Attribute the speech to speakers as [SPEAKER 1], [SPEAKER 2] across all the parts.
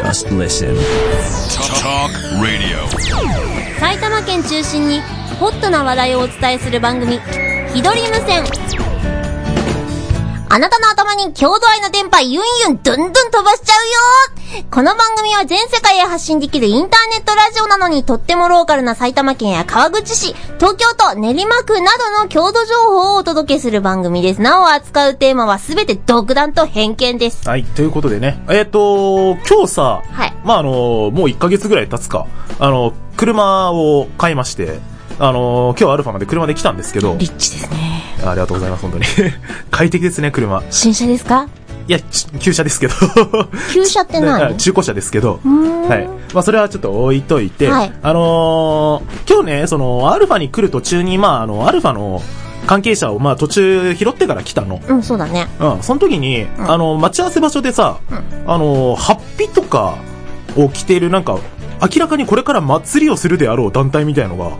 [SPEAKER 1] listen.
[SPEAKER 2] Talk, Talk Radio.
[SPEAKER 3] 埼玉県中心にホットな話題をお伝えする番組「ひどり無線」あなたの頭に郷土愛の電波ユンユンどんどん飛ばしちゃうよこの番組は全世界へ発信できるインターネットラジオなのにとってもローカルな埼玉県や川口市、東京都、練馬区などの郷土情報をお届けする番組です。なお扱うテーマは全て独断と偏見です。
[SPEAKER 4] はい、ということでね。えっ、と、今日さ、
[SPEAKER 3] はい
[SPEAKER 4] まあ、あの、もう1ヶ月ぐらい経つか、あの、車を買いまして、あの、今日アルファまで車で来たんですけど、
[SPEAKER 3] リッチですね。
[SPEAKER 4] ありがとうございます、本当に。 快適ですね、車。
[SPEAKER 3] 新車ですか
[SPEAKER 4] いや、ち旧車で すけど。
[SPEAKER 3] 旧車って何
[SPEAKER 4] ね 中古車ですけど、
[SPEAKER 3] ん
[SPEAKER 4] はい。まあ、それはちょっと置いといて、
[SPEAKER 3] はい
[SPEAKER 4] あのー今日ね、その、アルファに来る途中に、まあ、あの、アルファの関係者を、まあ、途中拾ってから来たの。
[SPEAKER 3] うん、そうだね。
[SPEAKER 4] うん、その時に、
[SPEAKER 3] ん
[SPEAKER 4] あの、待ち合わせ場所でさ、あの、ハッピとかを着ている、なんか、明らかにこれから祭りをするであろう団体みたいのが、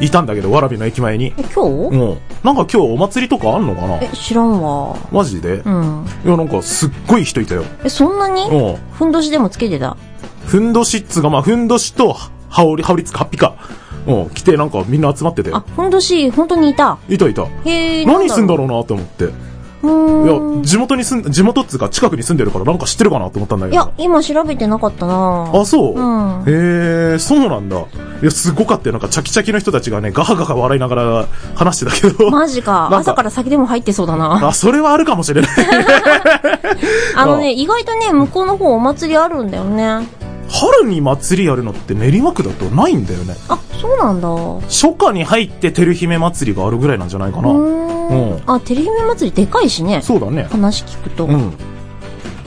[SPEAKER 4] いたんだけど、わらびの駅前に
[SPEAKER 3] え。今
[SPEAKER 4] う
[SPEAKER 3] 日、
[SPEAKER 4] ん。なんか今日お祭りとかあんのかな
[SPEAKER 3] え、知らんわ。
[SPEAKER 4] マジで、
[SPEAKER 3] う
[SPEAKER 4] い
[SPEAKER 3] ん。
[SPEAKER 4] や、なんかすっごい人いたよ。
[SPEAKER 3] え、そんなに
[SPEAKER 4] うん。
[SPEAKER 3] ふんどしでもつけてた。
[SPEAKER 4] ふんどしっつうか、まあ、ふんどしと、羽織、羽織つか、ハッピか。うん、着てなんかみんな集まってて
[SPEAKER 3] あ、。ふんどし、本当にいた。
[SPEAKER 4] いたいた。
[SPEAKER 3] へえ。
[SPEAKER 4] 何すんだ
[SPEAKER 3] ろ
[SPEAKER 4] ろうなと思って。いう
[SPEAKER 3] うー
[SPEAKER 4] や、
[SPEAKER 3] ん。
[SPEAKER 4] 地元に住ん、地元っつうか近くに住んでるからなんか知ってるかなと思ったんだ
[SPEAKER 3] い
[SPEAKER 4] け
[SPEAKER 3] や
[SPEAKER 4] ど、。
[SPEAKER 3] 今調べてなかったな
[SPEAKER 4] あ、そ
[SPEAKER 3] う
[SPEAKER 4] う、
[SPEAKER 3] ん
[SPEAKER 4] へえ、そうなんだ。いや、すごかったよ。なんか、チャキチャキの人たちがね、ガハガハ笑いながら話してたけど。
[SPEAKER 3] マジか
[SPEAKER 4] なん。か
[SPEAKER 3] 朝から先でも入ってそうだな。
[SPEAKER 4] あ、それはあるかもしれない。
[SPEAKER 3] あのね、意外とね、向こうの方お祭りあるんだよね。あ、
[SPEAKER 4] 春に祭りやるのって練馬区だとないんだよね。
[SPEAKER 3] そうなんだ。
[SPEAKER 4] 初夏に入って照姫祭りがあるぐらいなんじゃないかな。
[SPEAKER 3] う
[SPEAKER 4] う
[SPEAKER 3] ー
[SPEAKER 4] ん
[SPEAKER 3] ん。あ、テレビ祭りでかいしね。
[SPEAKER 4] そうだね。
[SPEAKER 3] 話聞くと
[SPEAKER 4] う。ん。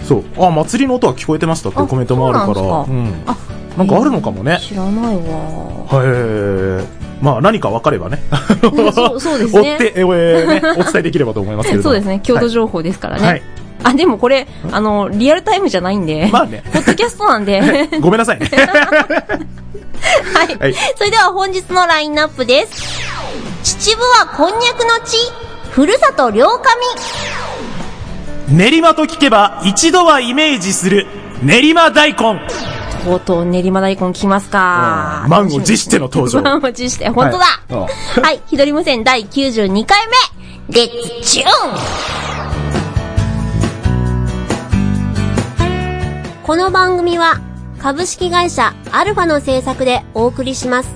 [SPEAKER 4] そう。あ、祭りの音は聞こえてましたっていうコメントもあるから。
[SPEAKER 3] あそう
[SPEAKER 4] うん。
[SPEAKER 3] か
[SPEAKER 4] なんかあるのかもね。
[SPEAKER 3] 知らないわ。
[SPEAKER 4] へえ。まあ何か分かればね。
[SPEAKER 3] うんそうそうです
[SPEAKER 4] 追
[SPEAKER 3] ね
[SPEAKER 4] って、えーね、お伝えできればと思いますけれど
[SPEAKER 3] そ
[SPEAKER 4] も。
[SPEAKER 3] うですね、郷土
[SPEAKER 4] 報
[SPEAKER 3] 情報ですから
[SPEAKER 4] はい。はい
[SPEAKER 3] ね。あ、でもこれ、あの、リアルタイムじゃないんで。
[SPEAKER 4] まあね。
[SPEAKER 3] ポッドキャストなんで。
[SPEAKER 4] ごめんなさいね。
[SPEAKER 3] はい。
[SPEAKER 4] はい
[SPEAKER 3] それでは本日のラインナップです。秩父はこんにゃくの地、ふるさと両上。
[SPEAKER 4] 練馬と聞けば一度はイメージする練馬大根。
[SPEAKER 3] とうとう練馬大根来ますか。
[SPEAKER 4] 満を持しての登場。
[SPEAKER 3] 満を持して、本当だ。
[SPEAKER 4] は
[SPEAKER 3] はいい、ひどり無線第92回目、レッツチューンこの番組は、株式会社アルファの制作でお送りします。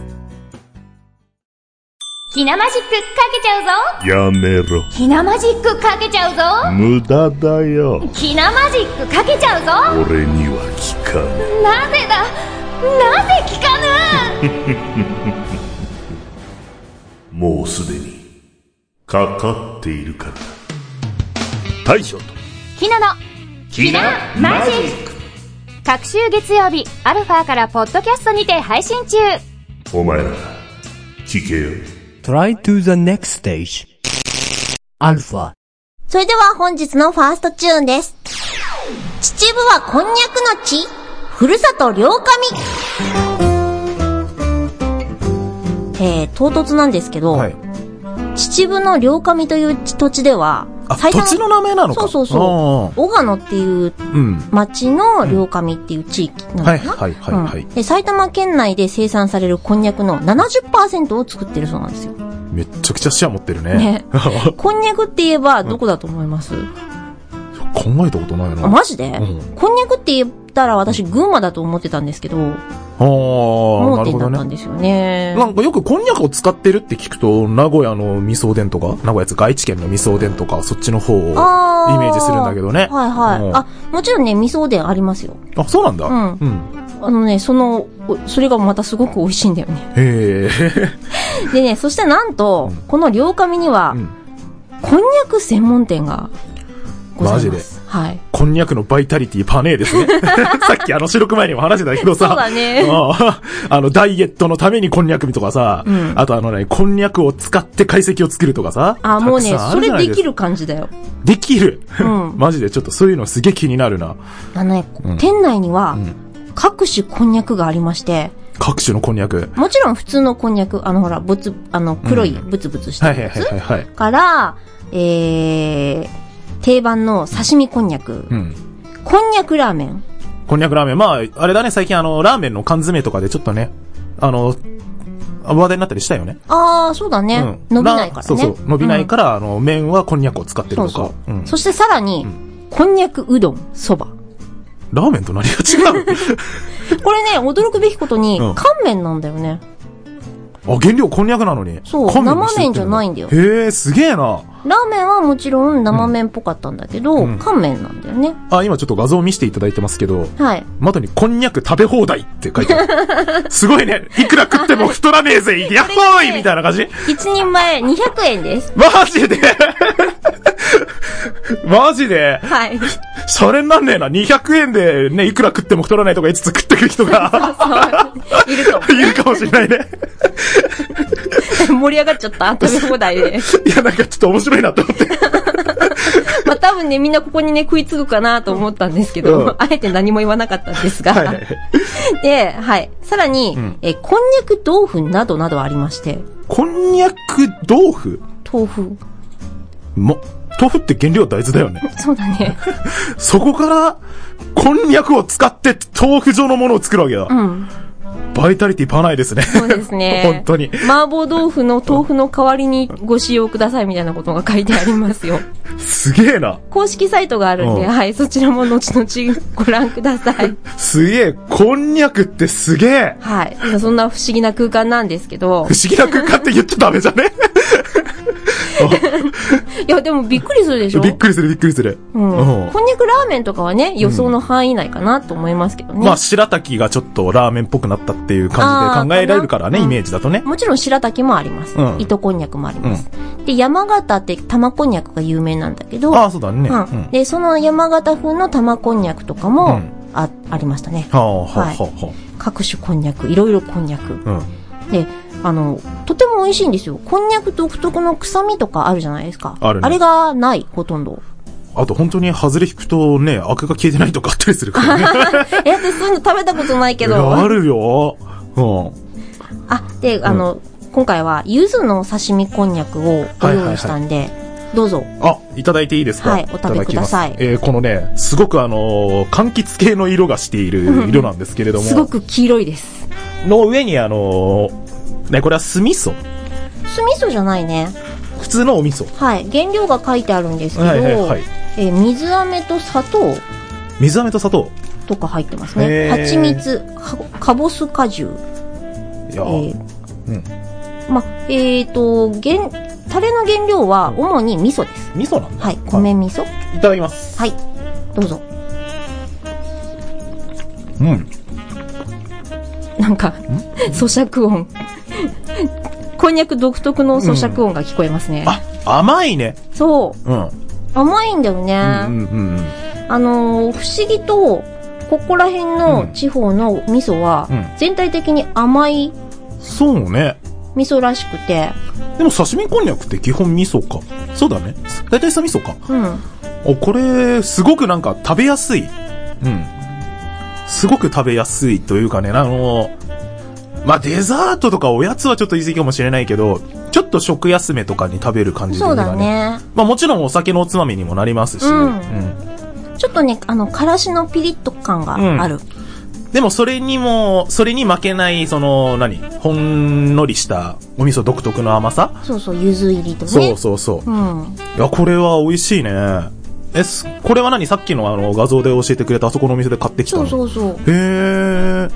[SPEAKER 5] ひなマジックかけちゃうぞ
[SPEAKER 6] やめろ
[SPEAKER 5] ひなマジックかけちゃうぞ
[SPEAKER 6] 無駄だよ
[SPEAKER 5] ひなマジックかけちゃうぞ
[SPEAKER 6] 俺には聞かね
[SPEAKER 5] なぜだなぜ聞かぬ
[SPEAKER 6] えもうすでにかかっているからだ大将と
[SPEAKER 5] ひなの
[SPEAKER 6] キ
[SPEAKER 5] マジック各週月曜日、アルファからポッドキャストにて配信中
[SPEAKER 6] お前ら聞けよ
[SPEAKER 7] Try to the next stage. Alpha.
[SPEAKER 3] それでは本日のファーストチューンです。秩父はこんにゃくの地、ふるさと両上。えー、唐突なんですけど、
[SPEAKER 4] はい。
[SPEAKER 3] 秩父の両上という土地では、
[SPEAKER 4] あ、
[SPEAKER 3] 埼
[SPEAKER 4] 土
[SPEAKER 3] 玉
[SPEAKER 4] 地の名前なの
[SPEAKER 3] そ
[SPEAKER 4] か。
[SPEAKER 3] うそうそう。小鹿野っていう
[SPEAKER 4] う。うん。
[SPEAKER 3] 町の両上っていう地域なのかな、
[SPEAKER 4] はい、はい、はい、は
[SPEAKER 3] う
[SPEAKER 4] い
[SPEAKER 3] ん。で。埼玉県内で生産されるこんにゃくの70%を作ってるそうなんですよ。
[SPEAKER 4] めっちゃくちゃ視野持ってるね。
[SPEAKER 3] ね
[SPEAKER 4] 考
[SPEAKER 3] こんにゃくって言えばどこだと思います、
[SPEAKER 4] えたことないな。
[SPEAKER 3] あ、マジで、
[SPEAKER 4] うん
[SPEAKER 3] こんにゃくって言ったら私、群馬だと思ってたんですけど、
[SPEAKER 4] あー、な
[SPEAKER 3] 盲
[SPEAKER 4] る
[SPEAKER 3] 点
[SPEAKER 4] ほ
[SPEAKER 3] だ
[SPEAKER 4] ど
[SPEAKER 3] ったん
[SPEAKER 4] ね。
[SPEAKER 3] ですよね。
[SPEAKER 4] なんかよくこんにゃくを使ってるって聞くと、名古屋の味噌伝とか、名古屋つ外地県の味噌伝とか、そっちの方をイメ
[SPEAKER 3] あー
[SPEAKER 4] ージするんだけどね。
[SPEAKER 3] はいはい。
[SPEAKER 4] うん
[SPEAKER 3] あ、もちろんね、味噌おでんありますよ。
[SPEAKER 4] あ、そうなんだ。
[SPEAKER 3] うん
[SPEAKER 4] うん。
[SPEAKER 3] あのね、その、おそれがまたすごく美味しいんだよね。
[SPEAKER 4] へえ。
[SPEAKER 3] でね、そしてなんと、この両上には、
[SPEAKER 4] うん
[SPEAKER 3] こんにゃく専門店がございます。
[SPEAKER 4] マジで
[SPEAKER 3] はい。
[SPEAKER 4] こんにゃくのバイタリティパネ ーですね。さっきあの収録前にも話してたけどさ。
[SPEAKER 3] そうだね
[SPEAKER 4] うん あの、ダイエットのためにこんにゃくとかさ。
[SPEAKER 3] ん
[SPEAKER 4] あとあのね、こんにゃくを使って解析を作るとかさ。
[SPEAKER 3] あ、もうね
[SPEAKER 4] たくさん、あ
[SPEAKER 3] そ
[SPEAKER 4] るじゃ
[SPEAKER 3] れ
[SPEAKER 4] ない
[SPEAKER 3] できる感じだよ。
[SPEAKER 4] できる。
[SPEAKER 3] うん
[SPEAKER 4] マジでちょっとそういうのすげえ気になるな。
[SPEAKER 3] あのね、店内には、各種こんにゃくがありまして、
[SPEAKER 4] 各種のこんにゃく。
[SPEAKER 3] もちろん普通のこんにゃく、あのほら、ぶつ、あの、黒い、ぶつぶつした
[SPEAKER 4] はいはい
[SPEAKER 3] や
[SPEAKER 4] は
[SPEAKER 3] つ
[SPEAKER 4] いはいはい。
[SPEAKER 3] から、えー、定番の刺身こんにゃく、
[SPEAKER 4] うん。
[SPEAKER 3] こんにゃくラーメン、
[SPEAKER 4] こんにゃくラーメン。まあ、あれだね、最近あの、ラーメンの缶詰とかでちょっとね、あの、話題になったりしたよね。
[SPEAKER 3] ああ、そうだね。
[SPEAKER 4] うん
[SPEAKER 3] 伸びないからね。
[SPEAKER 4] そうそう。伸びないから、あの、麺はこんにゃくを使ってる
[SPEAKER 3] そ
[SPEAKER 4] と
[SPEAKER 3] う
[SPEAKER 4] か。
[SPEAKER 3] そうう。
[SPEAKER 4] ん
[SPEAKER 3] そしてさらに、こんにゃくうどん、そば。
[SPEAKER 4] ラーメンと何が違
[SPEAKER 3] これね、驚くべきことに、
[SPEAKER 4] うん
[SPEAKER 3] 乾麺なんだよね。
[SPEAKER 4] うあ、原料こんにゃくなのに。
[SPEAKER 3] そう
[SPEAKER 4] 乾にし
[SPEAKER 3] 生
[SPEAKER 4] てる
[SPEAKER 3] 麺じゃないんだよ
[SPEAKER 4] へえ、すげえな。
[SPEAKER 3] ラーメンはもちろん生麺っぽかったんだけど、
[SPEAKER 4] うん
[SPEAKER 3] 乾麺なんだよね。
[SPEAKER 4] あ、今ちょっと画像を見せていただいてますけど、
[SPEAKER 3] はい。
[SPEAKER 4] 窓にこんにゃく食べ放題って書いてあ る。すごいね。いくら食っても太らねえぜ。やっほーいみたいな感じ
[SPEAKER 3] 一人前200円です。
[SPEAKER 4] マジで マジで
[SPEAKER 3] はい。
[SPEAKER 4] それになんねえな。200円でね、いくら食っても太らないとか言いつつ食ってくる人 が
[SPEAKER 3] いると。
[SPEAKER 4] いるかもしれないね。
[SPEAKER 3] 盛り上がっちゃった。食べ放題 で。
[SPEAKER 4] いや、なんかちょっと面白いなと思って。
[SPEAKER 3] まあ多分ね、みんなここにね、食いつくかなと思ったんですけど、
[SPEAKER 4] うん
[SPEAKER 3] あえて何も言わなかったんですが。
[SPEAKER 4] はいはいはい。
[SPEAKER 3] で、はい。さらに、え、こんにゃく豆腐などなどありまして、
[SPEAKER 4] こんにゃく豆腐
[SPEAKER 3] 豆腐。
[SPEAKER 4] も、豆腐って原料大豆だよね。
[SPEAKER 3] そうだね。
[SPEAKER 4] そこから、こんにゃくを使って豆腐状のものを作るわけだ。
[SPEAKER 3] うん。
[SPEAKER 4] バイタリティパないですね。。
[SPEAKER 3] そうですね
[SPEAKER 4] 本当に。
[SPEAKER 3] 麻婆豆腐の豆腐の代わりにご使用くださいみたいなことが書いてあります よ。
[SPEAKER 4] すげえな。
[SPEAKER 3] 公式サイトがあるんで、
[SPEAKER 4] うん
[SPEAKER 3] はい、そちらも後々ご覧ください。
[SPEAKER 4] すげえ。こんにゃくってすげえ。
[SPEAKER 3] はい。そんな不思議な空間なんですけど
[SPEAKER 4] 不、思議な空間って言っちゃダメじ ゃね
[SPEAKER 3] いや、でもびっくりするでしょ
[SPEAKER 4] びっくりするびっくりする。
[SPEAKER 3] うん
[SPEAKER 4] うん
[SPEAKER 3] こんにゃくラーメンとかはね、予想の範囲内かなと思いますけどね。
[SPEAKER 4] まあ、白滝がちょっとラーメンっぽくなったっていう感じで考えられるからね、
[SPEAKER 3] あー
[SPEAKER 4] イメージだとね。
[SPEAKER 3] もちろん白滝もあります。
[SPEAKER 4] うん
[SPEAKER 3] 糸こんにゃくもあります。で、山形って玉こんにゃくが有名なんだけど、
[SPEAKER 4] ああ、そうだね。
[SPEAKER 3] うん
[SPEAKER 4] うん
[SPEAKER 3] で、その山形風の玉こんにゃくとか
[SPEAKER 4] う
[SPEAKER 3] も、
[SPEAKER 4] ん
[SPEAKER 3] あ、ありましたね。
[SPEAKER 4] はあ、はあ、
[SPEAKER 3] はい
[SPEAKER 4] は
[SPEAKER 3] 各種こんにゃく、いろいろこんにゃく。
[SPEAKER 4] あ、はあ。
[SPEAKER 3] で、あの、とても美味しいんですよ。こんにゃく独特の臭みとかあるじゃないですか。
[SPEAKER 4] あるね
[SPEAKER 3] れがない、ほとん ど。
[SPEAKER 4] うん。あと、本当に外れ引くとね、アクが消えてないとかあったりす るからね。
[SPEAKER 3] え、私そういうの食べたことないけど。
[SPEAKER 4] あるよ。うん。
[SPEAKER 3] あ、で、あの、今回は、柚子の刺身こんにゃくをご用意したんで、どうぞ。
[SPEAKER 4] あ、いただいていいですか
[SPEAKER 3] はいお食べください
[SPEAKER 4] たきますえーこのね、すごくあのー柑橘系の色がしている色なんですけれども。
[SPEAKER 3] すごく黄色いです。
[SPEAKER 4] の上にあのーね、これは酢味噌。
[SPEAKER 3] 酢味噌じゃないね。
[SPEAKER 4] 普通のお味噌。
[SPEAKER 3] はい。原料が書いてあるんですけど、
[SPEAKER 4] はいはいはい
[SPEAKER 3] えー水飴と砂糖
[SPEAKER 4] 水飴と砂糖。
[SPEAKER 3] とか入ってますね。
[SPEAKER 4] へー
[SPEAKER 3] 蜂蜜、かかぼす果汁。
[SPEAKER 4] いや
[SPEAKER 3] え
[SPEAKER 4] ー、
[SPEAKER 3] ーま、えーと、原、タレの原料は主に味噌です。
[SPEAKER 4] 味噌なんだ。
[SPEAKER 3] はい。米味噌。
[SPEAKER 4] いただきます。
[SPEAKER 3] はい。どうぞ。
[SPEAKER 4] うん。
[SPEAKER 3] なんか、咀嚼音。 こんにゃく独特の咀嚼音が聞こえますね。
[SPEAKER 4] あ、甘いね。
[SPEAKER 3] そ
[SPEAKER 4] うん。うん
[SPEAKER 3] う。甘いんだよね。
[SPEAKER 4] うんうんうん。
[SPEAKER 3] あのー不思議と、ここら辺の
[SPEAKER 4] うん
[SPEAKER 3] 地方の味噌は
[SPEAKER 4] うん、
[SPEAKER 3] 全体的に甘い
[SPEAKER 4] そうね。
[SPEAKER 3] 味噌らしくて、
[SPEAKER 4] でも刺身こんにゃくって基本味噌か。そうだね。だいたい酢味噌か。
[SPEAKER 3] うん。
[SPEAKER 4] お、これ、すごくなんか食べやすい。うん。すごく食べやすいというかね、あの、まあ、デザートとかおやつはちょっと言い過ぎかもしれないけど、ちょっと食休めとかに食べる感じとい
[SPEAKER 3] そうう
[SPEAKER 4] か
[SPEAKER 3] だね。
[SPEAKER 4] まあ、もちろんお酒のおつまみにもなりますし、
[SPEAKER 3] うん
[SPEAKER 4] ん
[SPEAKER 3] ちょっとね、あの、からしのピリッと感がある。
[SPEAKER 4] でもそれにも、それに負けない、その、何ほんのりしたお味噌独特の甘さ、
[SPEAKER 3] そうそう、柚子入りとね。
[SPEAKER 4] そうそうそう。
[SPEAKER 3] うん。
[SPEAKER 4] いや、これは美味しいね。え、すこれは何さっきのあの画像で教えてくれたあそこのお店で買ってき
[SPEAKER 3] そ
[SPEAKER 4] たの
[SPEAKER 3] うそうそう。
[SPEAKER 4] へえ、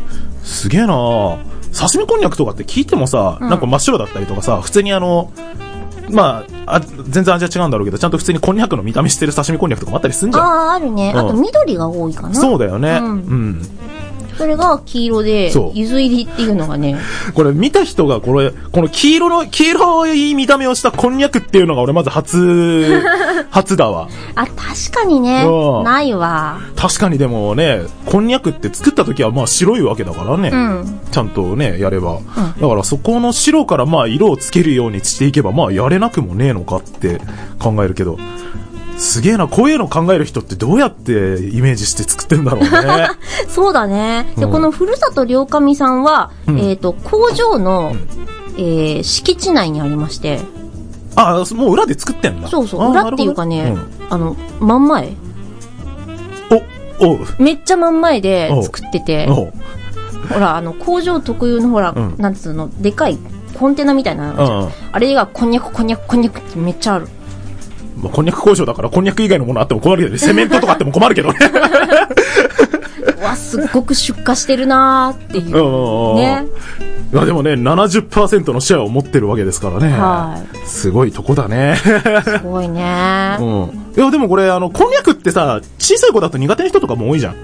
[SPEAKER 4] すげえな刺身こんにゃくとかって聞いてもさ、
[SPEAKER 3] うん
[SPEAKER 4] なんか真っ白だったりとかさ、普通にあの、まあ、あ、全然味は違うんだろうけど、ちゃんと普通にこんにゃくの見た目してる刺身こんにゃくとかもあったりすんじゃん。
[SPEAKER 3] ああ、あるね。
[SPEAKER 4] うん
[SPEAKER 3] あと緑が多いかな。
[SPEAKER 4] そうだよね、
[SPEAKER 3] う
[SPEAKER 4] うんん。
[SPEAKER 3] それが黄色で
[SPEAKER 4] そ、う
[SPEAKER 3] 柚子入りっていうのがね、
[SPEAKER 4] これ見た人がこれ、この黄色の、黄色い見た目をしたこんにゃくっていうのが俺ま ず初、初だわ。
[SPEAKER 3] あ、確かにね
[SPEAKER 4] う、ん
[SPEAKER 3] ないわ。
[SPEAKER 4] 確かにでもね、こんにゃくって作った時はまあ白いわけだからね。
[SPEAKER 3] うん。
[SPEAKER 4] ちゃんとね、やれば。だからそこの白からまあ色をつけるようにしていけば、まあやれなくもねえのかって考えるけど。すげえな、こういうの考える人ってどうやってイメージして作ってんだろう ね。
[SPEAKER 3] そうだね。で、
[SPEAKER 4] うん
[SPEAKER 3] このふるさと両神さんは、
[SPEAKER 4] うん
[SPEAKER 3] えっと、工場の、えー敷地内にありまして、
[SPEAKER 4] あ、もう裏で作ってんだ。
[SPEAKER 3] そうそ
[SPEAKER 4] あ
[SPEAKER 3] う、裏っていうかね、あの、真ん前
[SPEAKER 4] なるほどねおう。
[SPEAKER 3] めっちゃ真ん前で作ってて、
[SPEAKER 4] おう。
[SPEAKER 3] ほら、あの、工場特有のほら、
[SPEAKER 4] うん
[SPEAKER 3] なんつうの、でかいコンテナみたいなのあるじゃん
[SPEAKER 4] うんうん
[SPEAKER 3] あれがこんにゃくこんにゃくこんにゃくってめっちゃある。
[SPEAKER 4] まあ、こんにゃく工場だから、こんにゃく以外のものあっても困るけどね。セメントとかあっても困るけどね。
[SPEAKER 3] うわ、すっごく出荷してるなーってい
[SPEAKER 4] うんう
[SPEAKER 3] う。
[SPEAKER 4] んうん
[SPEAKER 3] ね。
[SPEAKER 4] いやでもね、70%のシェアを持ってるわけですからね。
[SPEAKER 3] は
[SPEAKER 4] すごいとこだね。
[SPEAKER 3] すごいね。あ
[SPEAKER 4] う、ん。いや、でもこれ、あの、こんにゃくってさ、小さい子だと苦手な人とかも多いじゃん。い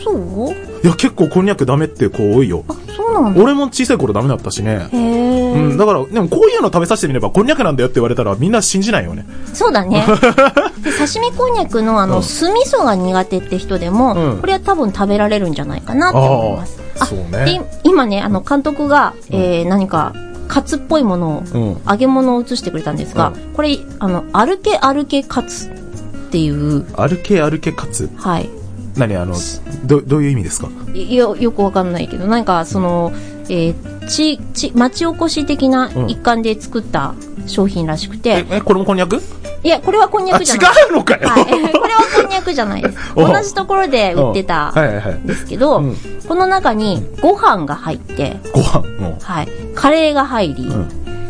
[SPEAKER 3] そう
[SPEAKER 4] や、結構こんにゃくダメって子多いよ。
[SPEAKER 3] あ、そうなんだ。
[SPEAKER 4] 俺も小さい頃ダメだったしね。
[SPEAKER 3] へー。
[SPEAKER 4] うん、だから、でもこういうの食べさせてみれば、こんにゃくなんだよって言われたら、みんな信じないよね。
[SPEAKER 3] そうだ ね。で刺身こんにゃくのあ
[SPEAKER 4] う
[SPEAKER 3] の、
[SPEAKER 4] ん
[SPEAKER 3] 酢味噌が苦手って人でも、
[SPEAKER 4] うん
[SPEAKER 3] これは多分食べられるんじゃないかなって思います。
[SPEAKER 4] あーそうね
[SPEAKER 3] で、今ね、あの、監督が、えー、何か、カツっぽいものを、
[SPEAKER 4] うん
[SPEAKER 3] 揚げ物を映してくれたんですが、
[SPEAKER 4] う
[SPEAKER 3] これ、あの、歩け歩けカツっていう、
[SPEAKER 4] 歩け歩けかつ。
[SPEAKER 3] はい。
[SPEAKER 4] 何あの、ど、どういう意味ですか
[SPEAKER 3] いよ、よくわかんないけど、なんか、その、えー、ち、ち、町おこし的な
[SPEAKER 4] うん
[SPEAKER 3] 一環で作った商品らしくて、
[SPEAKER 4] え、え、これもこんにゃく
[SPEAKER 3] いや、これはこんにゃ
[SPEAKER 4] あ、
[SPEAKER 3] くじゃない。
[SPEAKER 4] 違うのかよ
[SPEAKER 3] はい、これはこんにゃくじゃないです。
[SPEAKER 4] お
[SPEAKER 3] 同じところで売ってた
[SPEAKER 4] はいはいはい
[SPEAKER 3] んですけど、
[SPEAKER 4] うん
[SPEAKER 3] この中にご飯が入って、
[SPEAKER 4] ご飯も。
[SPEAKER 3] はい、カレーが入り、
[SPEAKER 4] ん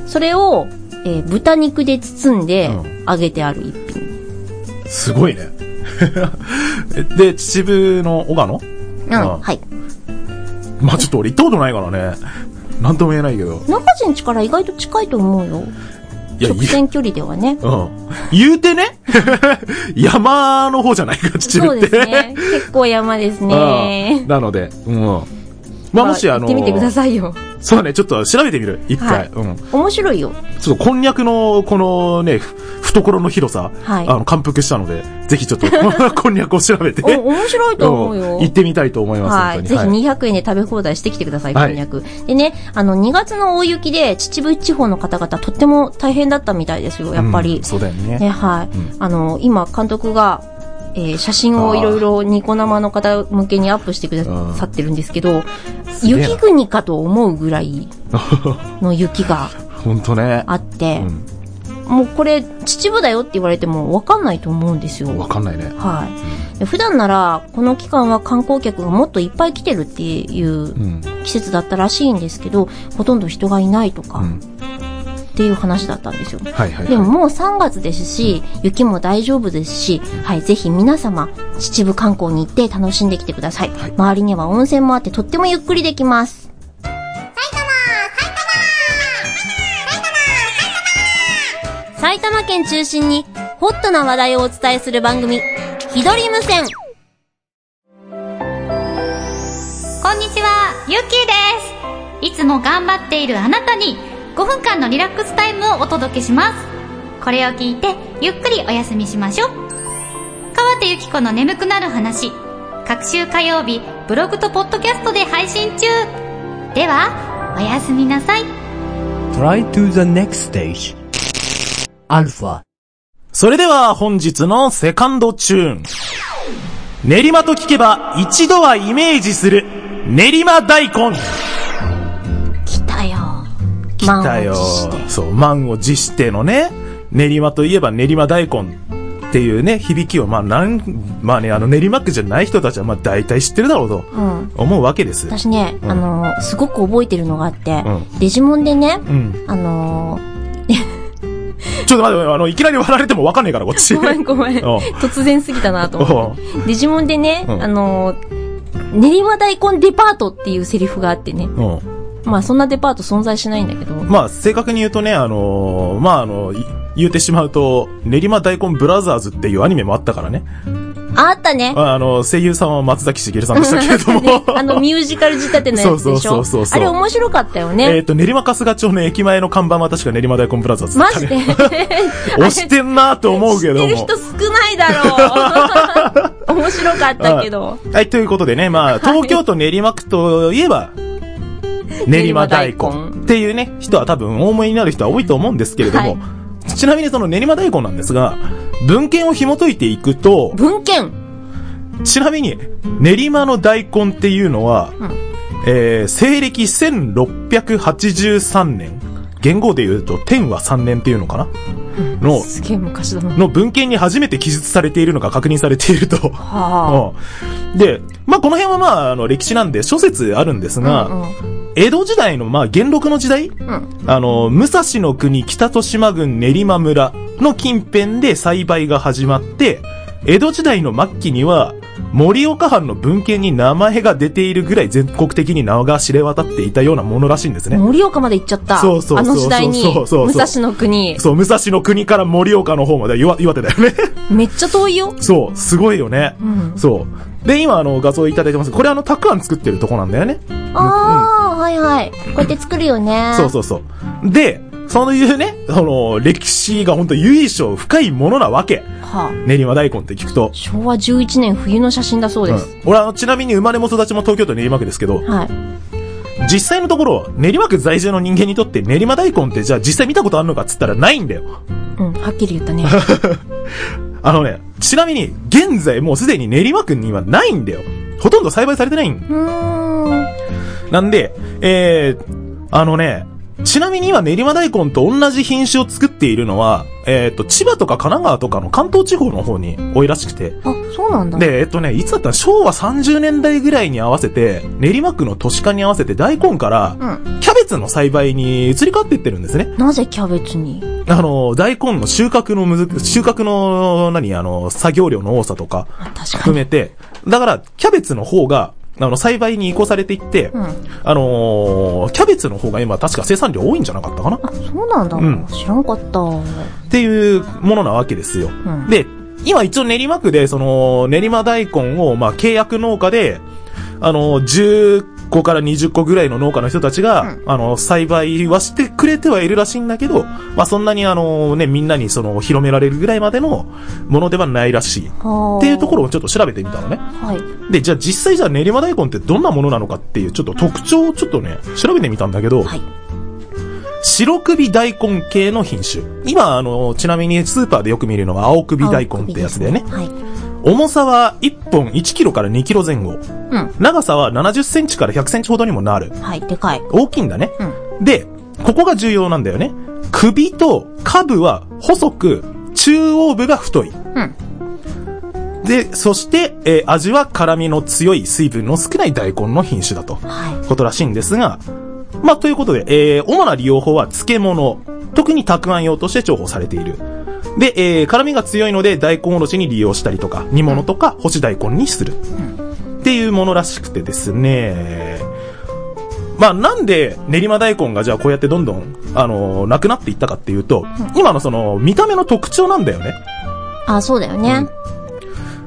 [SPEAKER 3] それを、えー豚肉で包んで
[SPEAKER 4] うん
[SPEAKER 3] 揚げてある一品。
[SPEAKER 4] すごいね。 で、秩父の小鹿の
[SPEAKER 3] うん、
[SPEAKER 4] あ
[SPEAKER 3] はい。
[SPEAKER 4] まあちょっと俺行ったことないからね。なんとも言えないけど。
[SPEAKER 3] 中人地から意外と近いと思うよ。
[SPEAKER 4] いや、
[SPEAKER 3] 直
[SPEAKER 4] い
[SPEAKER 3] 線距離では ね。
[SPEAKER 4] うん。言うてね 山の方じゃないか、秩
[SPEAKER 3] そ
[SPEAKER 4] 父
[SPEAKER 3] う
[SPEAKER 4] っ
[SPEAKER 3] で
[SPEAKER 4] て。
[SPEAKER 3] すね。結構山です
[SPEAKER 4] うん
[SPEAKER 3] ね。
[SPEAKER 4] なので、うん。まあもしあの、
[SPEAKER 3] 行ってみてくださいよ。
[SPEAKER 4] そうね、ちょっと調べてみる。一回、
[SPEAKER 3] はい
[SPEAKER 4] うん。
[SPEAKER 3] 面白いよ。
[SPEAKER 4] ちょっとこんにゃくの、このね、ふ懐の広さ、
[SPEAKER 3] はい
[SPEAKER 4] あの、感服したので、ぜひちょっと、 こんにゃくを調べて、
[SPEAKER 3] お、面白いと思う
[SPEAKER 4] うん
[SPEAKER 3] よ。
[SPEAKER 4] 行ってみたいと思います、
[SPEAKER 3] はい。ぜひ
[SPEAKER 4] 本当に。
[SPEAKER 3] 200円で食べ放題してきてください、こ
[SPEAKER 4] はい
[SPEAKER 3] んにゃく。でね、あの、2月の大雪で秩父地方の方々とっても大変だったみたいですよ、やっぱり。
[SPEAKER 4] うんそうだよね
[SPEAKER 3] ね、はい。
[SPEAKER 4] う
[SPEAKER 3] あの、今、監督が、えー写真をいろいろニコ生の方向けにアップしてくださってるんですけど、
[SPEAKER 4] げえな
[SPEAKER 3] 雪国かと思うぐら いの雪が
[SPEAKER 4] 本当ね。
[SPEAKER 3] あって
[SPEAKER 4] う、
[SPEAKER 3] もうこれ、秩父だよって言われてもわかんないと思うんですよ。
[SPEAKER 4] ん。わかんないね。
[SPEAKER 3] はい。で普段なら、この期間は観光客がもっといっぱい来てるっていう
[SPEAKER 4] うん。
[SPEAKER 3] 季節だったらしいんですけど、ほとんど人がいないとか、
[SPEAKER 4] うん
[SPEAKER 3] っていう話だったんですよ。
[SPEAKER 4] はいはい、はい。
[SPEAKER 3] でももう3月ですし、雪も大丈夫ですし、はい、ぜひ皆様、秩父観光に行って楽しんできてください。
[SPEAKER 4] い
[SPEAKER 3] 周りには温泉もあってとってもゆっくりできます。埼玉県中心にホットな話題をお伝えする番組、ひどり無線。
[SPEAKER 5] こんにちは、ゆっきーです。いつも頑張っているあなたに5分間のリラックスタイムをお届けします。これを聞いてゆっくりお休みしましょう。川手ゆき子の眠くなる話、各週火曜日ブログとポッドキャストで配信中。では、おやすみなさい。
[SPEAKER 7] Try to the next stage. Alpha.
[SPEAKER 4] それでは本日のセカンドチューン。練馬と聞けば一度はイメージする練馬大根。
[SPEAKER 3] 来たよ。
[SPEAKER 4] 来たよ
[SPEAKER 3] 満を持して。
[SPEAKER 4] そう、満を持してのね、練馬といえば練馬大根っていうね、響きをまあなん、まあね、あの練馬区じゃない人たちはまあ大体知ってるだろうと
[SPEAKER 3] うん。
[SPEAKER 4] 思うわけです。
[SPEAKER 3] 私ね、
[SPEAKER 4] うん
[SPEAKER 3] あのーすごく覚えてるのがあって、
[SPEAKER 4] うん
[SPEAKER 3] デジモンでね、
[SPEAKER 4] うん。
[SPEAKER 3] あの
[SPEAKER 4] ちょっと待って、あの、いきなり割られてもわかんないから、こっち。
[SPEAKER 3] ー、ごめんごめん、
[SPEAKER 4] おう
[SPEAKER 3] 突然すぎたなと思って、デジモンでね、
[SPEAKER 4] うん
[SPEAKER 3] あのー練馬大根デパートっていうセリフがあってね。
[SPEAKER 4] うん。
[SPEAKER 3] まあそんなデパート存在しないんだけど。
[SPEAKER 4] まあ、正確に言うとね、あのーまあ、あの、い言うてしまうと、練馬大根ブラザーズっていうアニメもあったからね。
[SPEAKER 3] あったね。。
[SPEAKER 4] ああの、声優さんは松崎しげるさんでしたけれども
[SPEAKER 3] あのミュージカル仕立てのやつでし
[SPEAKER 4] そ
[SPEAKER 3] ょ
[SPEAKER 4] うそうそうそう
[SPEAKER 3] あれ面白かったよ
[SPEAKER 4] え
[SPEAKER 3] ね。
[SPEAKER 4] っと、練馬春日町の駅前の看板は確か練馬大根ブラザーズだっ
[SPEAKER 3] マ
[SPEAKER 4] た
[SPEAKER 3] ジ
[SPEAKER 4] ね
[SPEAKER 3] で
[SPEAKER 4] 押してんなと思うけど
[SPEAKER 3] 知
[SPEAKER 4] も。
[SPEAKER 3] ってる人少ないだろう。 面白かったけど。
[SPEAKER 4] はいはい、ということでね、まあ、東京都練馬区といえば、練馬大根っていうね、人は多分、お思いになる人は多いと思うんですけれども、ちなみにその練馬大根なんですが、文献を紐解いていくと、
[SPEAKER 3] 文献
[SPEAKER 4] ちなみに、練馬の大根っていうのは、
[SPEAKER 3] ん
[SPEAKER 4] えー西暦1683年、言語で言うと、天は3年っていうのかなの、
[SPEAKER 3] すげえ昔だな。
[SPEAKER 4] の文献に初めて記述されているのが確認されていると。
[SPEAKER 3] は
[SPEAKER 4] うんで、まあ、この辺はまあ、あの、歴史なんで諸説あるんです
[SPEAKER 3] あ。
[SPEAKER 4] が、
[SPEAKER 3] うんうん
[SPEAKER 4] 江戸時代の、まあ、元禄の時代、
[SPEAKER 3] ん
[SPEAKER 4] あの、武蔵の国北豊島郡練馬村の近辺で栽培が始まって、江戸時代の末期には、盛岡藩の文献に名前が出ているぐらい全国的に名が知れ渡っていたようなものらしいんですね。
[SPEAKER 3] 盛岡まで行っちゃった。
[SPEAKER 4] そうそう
[SPEAKER 3] あ
[SPEAKER 4] そう
[SPEAKER 3] の時代に、
[SPEAKER 4] そうそうそう
[SPEAKER 3] 武蔵の国、
[SPEAKER 4] そう、武蔵の国から盛岡の方まで、岩岩手だよね。
[SPEAKER 3] めっちゃ遠いよ。
[SPEAKER 4] そう、すごいよね。
[SPEAKER 3] うん
[SPEAKER 4] そう。で、今、あの、画像いただいてます。これ、あの、たくあん作ってるとこなんだよね。
[SPEAKER 3] ああ、はいはい。こうやって作るよね。
[SPEAKER 4] そうそうそう。で、そういうね、その、歴史が本当由緒深いものなわけ。
[SPEAKER 3] はあ、
[SPEAKER 4] 練馬大根って聞くと。
[SPEAKER 3] 昭和11年冬の写真だそう
[SPEAKER 4] う
[SPEAKER 3] で
[SPEAKER 4] ん
[SPEAKER 3] す。、
[SPEAKER 4] 俺あの、ちなみに生まれも育ちも東京都練馬区ですけど、
[SPEAKER 3] はい。
[SPEAKER 4] 実際のところ、練馬区在住の人間にとって練馬大根ってじゃあ実際見たことあるのかっつったらないんだよ。
[SPEAKER 3] うん、はっきり言った ね。
[SPEAKER 4] あのね、ちなみに、現在もうすでに練馬区にはないんだよ。ほとんど栽培されてないん
[SPEAKER 3] うーん。
[SPEAKER 4] なんで、えー、あのね、ちなみに今練馬大根と同じ品種を作っているのは、えっ、と、千葉とか神奈川とかの関東地方の方に多いらしくて。
[SPEAKER 3] あ、そうなんだ。
[SPEAKER 4] で、えっ、とね、いつだったら昭和30年代ぐらいに合わせて、練馬区の都市化に合わせて大根から、
[SPEAKER 3] うん
[SPEAKER 4] キャベツの栽培に移り変わっていってるんですね。
[SPEAKER 3] なぜキャベツに
[SPEAKER 4] あの、大根の収穫のむず、収穫の、何、あの、作業量の多さとか、
[SPEAKER 3] あ確か
[SPEAKER 4] 含
[SPEAKER 3] に。
[SPEAKER 4] めて、だから、キャベツの方が、あの、栽培に移行されていって、
[SPEAKER 3] ん
[SPEAKER 4] あのーキャベツの方が今確か生産量多いんじゃなかったかな
[SPEAKER 3] あ、そうなんだ。
[SPEAKER 4] うん
[SPEAKER 3] 知らんかった。う
[SPEAKER 4] っていうものなわけですよ。
[SPEAKER 3] ん
[SPEAKER 4] で、今一応練馬区で、その、練馬大根を、まあ、契約農家で、あの、10個から20個ぐらいの農家の人たちが、あの、栽培はしてくれてはいるらしいんだけど、まあ、そんなにあの、ね、みんなにその、広められるぐらいまでのものではないらしい。っ
[SPEAKER 3] はあ。
[SPEAKER 4] ていうところをちょっと調べてみたのね。
[SPEAKER 3] はい。
[SPEAKER 4] で、じゃあ実際じゃあ練馬大根ってどんなものなのかっていうちょっと特徴をちょっとね、調べてみたんだけど、
[SPEAKER 3] はい
[SPEAKER 4] 白首大根系の品種。今、あの、ちなみにスーパーでよく見るのが青首大根ってやつだよね。
[SPEAKER 3] はい。
[SPEAKER 4] 重さは1本1キロから2キロ前後。
[SPEAKER 3] うん。
[SPEAKER 4] 長さは70センチから100センチほどにもなる。
[SPEAKER 3] はい、でかい。
[SPEAKER 4] 大きいんだね。
[SPEAKER 3] う
[SPEAKER 4] で、ここが重要なんだよね。首と下部は細く、中央部が太い。
[SPEAKER 3] うん。
[SPEAKER 4] で、そして、えー味は辛みの強い水分の少ない大根の品種だと。
[SPEAKER 3] は
[SPEAKER 4] ことらしいんですが、まあ、ということで、えー主な利用法は漬物、特にたくあん用として重宝されている。で、えー辛みが強いので大根おろしに利用したりとか、煮物とか干し大根にする。っていうものらしくてですね。まあ、なんで練馬大根がじゃあこうやってどんどん、あのーなくなっていったかっていうと、今のその、見た目の特徴なんだよね。
[SPEAKER 3] い。あ、そうだよね。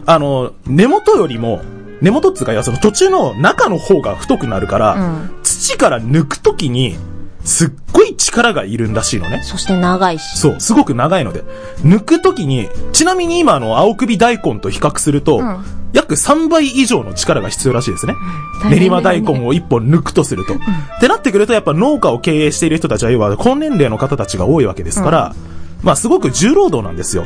[SPEAKER 4] あの、根元よりも、根元っつうか、いや、その途中の中の方が太くなるから、
[SPEAKER 3] うん
[SPEAKER 4] 土から抜くときに、すっごい力がいるんらしいのね。
[SPEAKER 3] そして長いし。
[SPEAKER 4] そう、すごく長いので。抜くときに、ちなみに今あの青首大根と比較すると、
[SPEAKER 3] うん
[SPEAKER 4] 約3倍以上の力が必要らしいですね。
[SPEAKER 3] 大変だね
[SPEAKER 4] 練馬大根を1本抜くとすると。ってなってくると、やっぱ農家を経営している人たちは、要は高年齢の方たちが多いわけですから、まあすごく重労働なんですよ。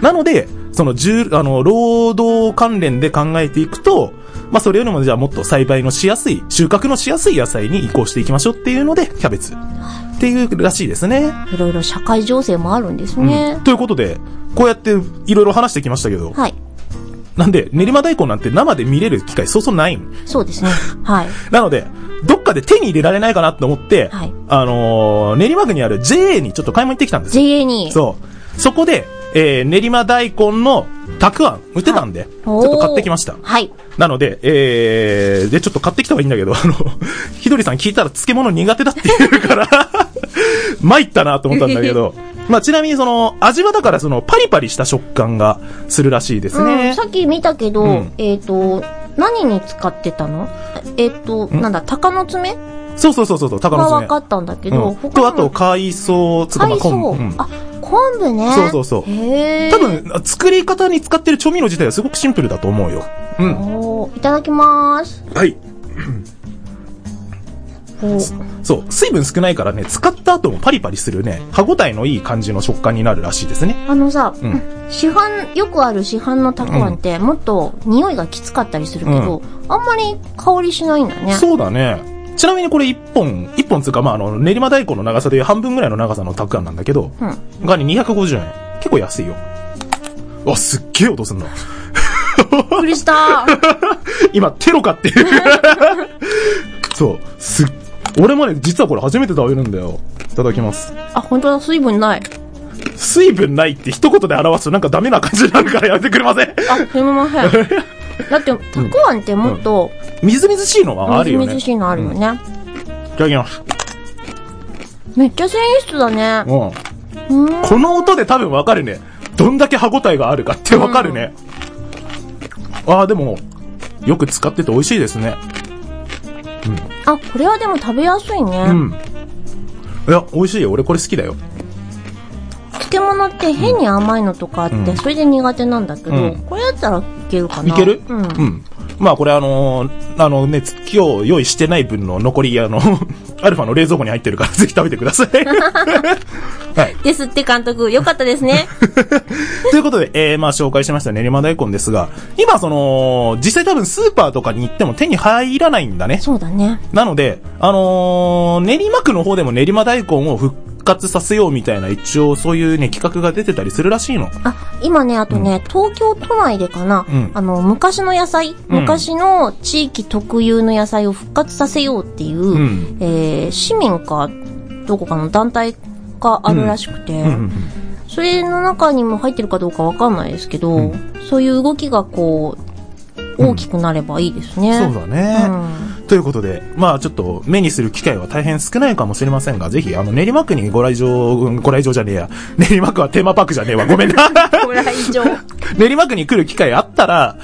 [SPEAKER 4] なので、その重、あの、労働関連で考えていくと、まあそれよりもじゃあもっと栽培のしやすい、収穫のしやすい野菜に移行していきましょうっていうので、キャベツ。っていうらしいですね。
[SPEAKER 3] いろいろ社会情勢もあるんですね。
[SPEAKER 4] ということで、こうやっていろいろ話してきましたけど、
[SPEAKER 3] はい。
[SPEAKER 4] なんで、練馬大根なんて生で見れる機会そうそうないん。
[SPEAKER 3] そうですね。はい。
[SPEAKER 4] なので、どっかで手に入れられないかなと思って、
[SPEAKER 3] はい
[SPEAKER 4] あのー練馬区にある JA にちょっと買い物行ってきたんですよ。
[SPEAKER 3] JA に。
[SPEAKER 4] そう。そこで、えー、練馬大根のたくあん売ってたんで、ちょ
[SPEAKER 3] おー
[SPEAKER 4] っと買ってきました。
[SPEAKER 3] はい。
[SPEAKER 4] なので、えー、で、ちょっと買ってきた方がいいんだけど、あの、ひどりさん聞いたら漬物苦手だって言うから、 参ったなと思ったんだけど、まあ、ちなみにその、味はだからその、パリパリした食感がするらしいです
[SPEAKER 3] う
[SPEAKER 4] ね
[SPEAKER 3] ん、。さっき見たけど、
[SPEAKER 4] うん
[SPEAKER 3] えっ、と、何に使ってたのえっ、と、なんだ、鷹の爪は
[SPEAKER 4] そうそうそうそう、高野さ
[SPEAKER 3] 分
[SPEAKER 4] んね
[SPEAKER 3] か。ったんだけど、
[SPEAKER 4] うん、と、あと、海藻、つうか、ま
[SPEAKER 3] 海藻、
[SPEAKER 4] あ、昆布。うん
[SPEAKER 3] あ、昆布ね。
[SPEAKER 4] そうそうそう
[SPEAKER 3] へー
[SPEAKER 4] 多。分、作り方に使ってる調味料自体はすごくシンプルだと思うよ。うん。
[SPEAKER 3] おーいただきまーす。
[SPEAKER 4] はい。
[SPEAKER 3] お
[SPEAKER 4] そう、水分少ないからね、使った後もパリパリするね、歯応えのいい感じの食感になるらしいですね。
[SPEAKER 3] あのさ、
[SPEAKER 4] ん
[SPEAKER 3] 市販、よくある市販のたくあんって、もっと匂いがきつかったりするけど、あんまり香りしないんだね。
[SPEAKER 4] そうだね。ちなみにこれ1本、1本つうか、まあ、あの、練馬大根の長さで半分ぐらいの長さのたくあんなんだけど、
[SPEAKER 3] うん
[SPEAKER 4] がに250円。結構安いよ。わ、すっげえ音すんな。
[SPEAKER 3] びっくり した。
[SPEAKER 4] 今、テロかっ ていう。そう、すっ、俺もね、実はこれ初めて食べるんだよ。いただきます。
[SPEAKER 3] あ、本当だ、水分ない。
[SPEAKER 4] 水分ないって一言で表すとなんかダメな感じになるからやめてくれません
[SPEAKER 3] あ、すみ ません。だって、たくあんってもっと、
[SPEAKER 4] みずみずしいのはあるよね。
[SPEAKER 3] みずみずしいのあるよね。
[SPEAKER 4] いただきます。
[SPEAKER 3] めっちゃ繊維質だね。
[SPEAKER 4] うん。この音で多分わかるね。どんだけ歯応えがあるかってわかるね。ああ、でも、よく使ってて美味しいですね。
[SPEAKER 3] あ、これはでも食べやすいね。
[SPEAKER 4] うん。いや、美味しいよ。俺これ好きだよ。
[SPEAKER 3] 漬物って変に甘いのとかあって、
[SPEAKER 4] うん
[SPEAKER 3] それで苦手なんだけど、
[SPEAKER 4] うん
[SPEAKER 3] これやったらいけるかな。
[SPEAKER 4] いける
[SPEAKER 3] うん。
[SPEAKER 4] うん。まあこれあのーあのね、つ今日用意してない分の残り、あの、 アルファの冷蔵庫に入ってるから ぜひ食べてください。はい。
[SPEAKER 3] ですって監督、よかったです ね。
[SPEAKER 4] ということで、えー、まあ紹介しました練馬大根ですが、今その、実際多分スーパーとかに行っても手に入らないんだね。
[SPEAKER 3] そうだね。
[SPEAKER 4] なので、あのー練馬区の方でも練馬大根を復活させようみたいな一応そういうね、企画が出てたりするらしいの。
[SPEAKER 3] あ、今ね、あとね、東京都内でかな、
[SPEAKER 4] うん
[SPEAKER 3] あの、昔の野菜、
[SPEAKER 4] うん
[SPEAKER 3] 昔の地域特有の野菜を復活させようっていう、
[SPEAKER 4] ん
[SPEAKER 3] えー、市民か、どこかの団体があるらしくて、それの中にも入ってるかどうかわかんないですけど、そういう動きがこう、大きくなればいいですね。
[SPEAKER 4] そうだね、ということで、まあちょっと目にする機会は大変少ないかもしれませんが、ぜひあの練馬区にご来場、うんご来場じゃねえや。 練馬区はテーマパークじゃねえわ。ごめんな。
[SPEAKER 3] これ以上。
[SPEAKER 4] 練馬区に来る機会あったら、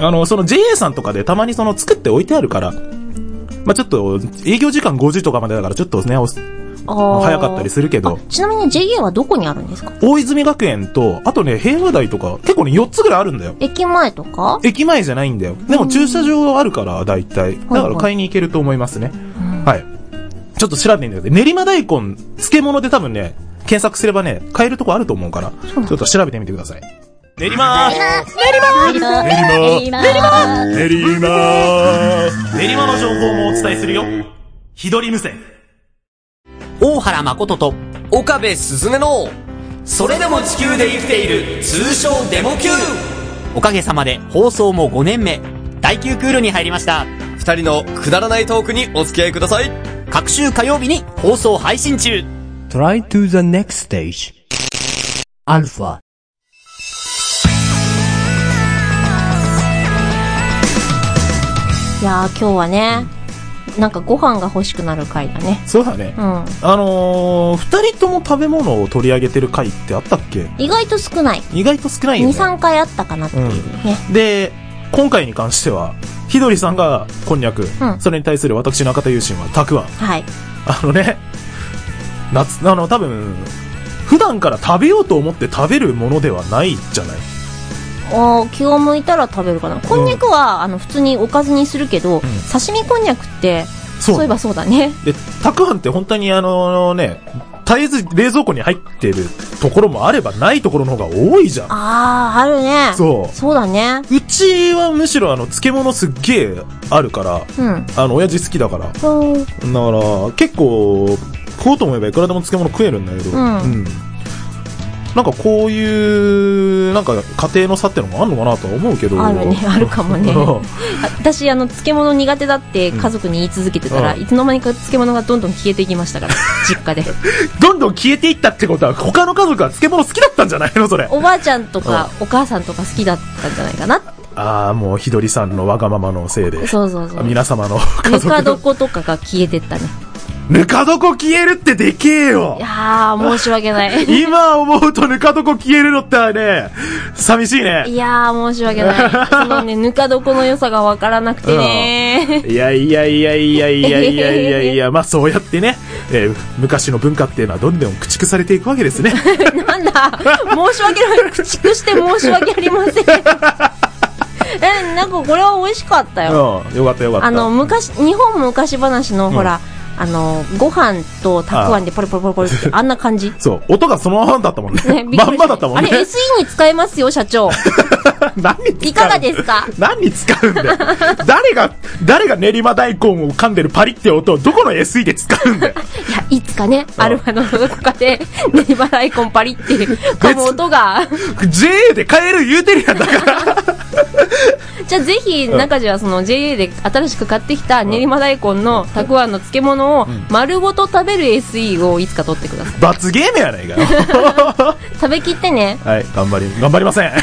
[SPEAKER 4] あの、その JA さんとかでたまにその作って置いてあるから、まあちょっと営業時間5時とかまでだからちょっとね、お
[SPEAKER 3] あー
[SPEAKER 4] 早かったりするけど
[SPEAKER 3] あちなみに JA はどこにあるんですか
[SPEAKER 4] 大泉学園と、あとね、平和台とか、結構ね、4つぐらいあるんだよ。
[SPEAKER 3] 駅前とか
[SPEAKER 4] 駅前じゃないんだよ。でも駐車場あるから、大体。だから買いに行けると思いますね。はい。ちょっと調べてみてください。練馬大根、漬物で多分ね、検索すればね、買えるとこあると思うから、ちょっと調べてみてください。練馬練
[SPEAKER 6] 練馬
[SPEAKER 4] 馬の情報もお伝えするよ。ひどり無線。
[SPEAKER 1] 大原誠と岡部すずめのそれでも地球で生きている通称デモ級おかげさまで放送も5年目第9クールに入りました
[SPEAKER 8] 二人のくだらないトークにお付き合いください
[SPEAKER 1] 各週火曜日に放送配信中
[SPEAKER 7] Try to the next stage. Alpha.
[SPEAKER 3] いやー今日はね、なんかご飯が欲しくなる回だね。
[SPEAKER 4] そうだね。
[SPEAKER 3] うん。
[SPEAKER 4] あのー、二人とも食べ物を取り上げてる回ってあったっけ
[SPEAKER 3] 意外と少ない。
[SPEAKER 4] 意外と少ないよ
[SPEAKER 3] 2、
[SPEAKER 4] ね。
[SPEAKER 3] 3回あったかなっていうね。
[SPEAKER 4] で、今回に関しては、ひどりさんがこんにゃく、
[SPEAKER 3] うん
[SPEAKER 4] それに対する私中田優心はたくあん。
[SPEAKER 3] はい。
[SPEAKER 4] あのね、夏、あの多分、普段から食べようと思って食べるものではないじゃない。
[SPEAKER 3] おー気を向いたら食べるかな。こんにゃくは、あの、普通におかずにするけど、刺身こんにゃくって、
[SPEAKER 4] そう
[SPEAKER 3] そういえばそうだね。
[SPEAKER 4] で、たくあんって本当にあのね、絶えず冷蔵庫に入ってるところもあればないところの方が多いじゃん。
[SPEAKER 3] あー、あるね。
[SPEAKER 4] そう
[SPEAKER 3] そうだね。
[SPEAKER 4] うちはむしろあの、漬物すっげえあるから、
[SPEAKER 3] うん。
[SPEAKER 4] あの、親父好きだから。
[SPEAKER 3] そう。
[SPEAKER 4] だから、結構、食おうと思えばいくらでも漬物食えるんだけど、
[SPEAKER 3] うん
[SPEAKER 4] なんかこういう、なんか家庭の差ってのもあるのかなとは思うけど。
[SPEAKER 3] あるね、あるかもね。
[SPEAKER 4] うん
[SPEAKER 3] 私あの漬物苦手だって家族に言い続けてたら、
[SPEAKER 4] うん
[SPEAKER 3] いつの間にか漬物がどんどん消えていきま したから実家で
[SPEAKER 4] どんどん消えていったってことは、他の家族は漬物好きだったんじゃないのそれ。
[SPEAKER 3] おばあちゃんとかお母さんとか好きだったんじゃないかな
[SPEAKER 4] ああ、もうひどりさんのわがままのせいで。
[SPEAKER 3] そうそうそう
[SPEAKER 4] 皆様の家
[SPEAKER 3] ぬ
[SPEAKER 4] 族の
[SPEAKER 3] か床とかが消えてったね
[SPEAKER 4] ぬか床消えるってでけえ よ
[SPEAKER 3] いやー申し訳ない
[SPEAKER 4] 今思うとぬか床消えるのってね、寂しいね。
[SPEAKER 3] いやー申し訳ないそのねぬか床の良さが分からなくてね
[SPEAKER 4] いやいやいやいやいやいやいやい や、まあそうやってね、えー昔の文化っていうのはどんどん駆逐されていくわけですね。
[SPEAKER 3] なんだ申し訳ない駆逐して申し訳ありま せんえなんかこれは美味しかった
[SPEAKER 4] う
[SPEAKER 3] よ
[SPEAKER 4] ん、よかったよかった。。
[SPEAKER 3] あの、昔、日本昔話の、ほら、あの、ご飯とたくあんでポリポリポリポリって、あんな感 じ
[SPEAKER 4] そう、音がそのままだったもんね。
[SPEAKER 3] びっくりし
[SPEAKER 4] まんまだったもんね
[SPEAKER 3] あ。れ、SE に使えますよ、社長。
[SPEAKER 4] 何に使う
[SPEAKER 3] いかがですか
[SPEAKER 4] 何に使うんだよ。誰が、誰が練馬大根を噛んでるパリって音をどこの SE で使うんだよ。
[SPEAKER 3] いや、いつかね、アルファのどこか で、練馬大根パリっていう、噛む音が。
[SPEAKER 4] JA で買える言うてるやんだから。
[SPEAKER 3] じゃあぜひ、中地はその JA で新しく買ってきた練馬大根のたくあんの漬物を丸ごと食べる SE をいつか取ってください。
[SPEAKER 4] 罰ゲームやないかよ。
[SPEAKER 3] 食べきってね。
[SPEAKER 4] はい、頑張り、頑張り ません。
[SPEAKER 3] は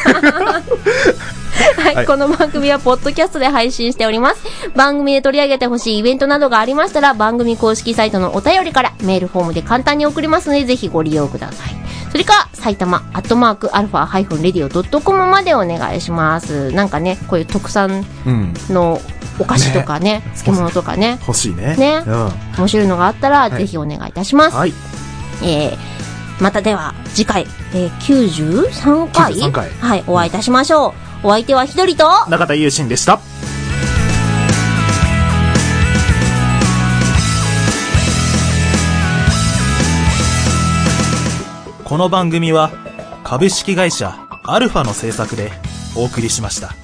[SPEAKER 3] い、
[SPEAKER 4] はい
[SPEAKER 3] この番組はポッドキャストで配信しております。番組で取り上げてほしいイベントなどがありましたら、番組公式サイトのお便りからメールフォームで簡単に送りますので、ぜひご利用ください。それか、埼玉、アットマーク、アルファ、ハイフン、レディオ、ドットコムまでお願いします。なんかね、こういう特産
[SPEAKER 4] うん。
[SPEAKER 3] のお菓子とかね、漬物とかね、
[SPEAKER 4] 欲しいね。
[SPEAKER 3] ね
[SPEAKER 4] うん。
[SPEAKER 3] 面白いのがあったら、ぜひお願いいたします。
[SPEAKER 4] はい。
[SPEAKER 3] えーまたでは次回、えー、93回
[SPEAKER 4] 93回
[SPEAKER 3] はい、お会いいたしましょう。お相手はひどりと、
[SPEAKER 4] 中田優心でした。この番組は株式会社アルファの制作でお送りしました。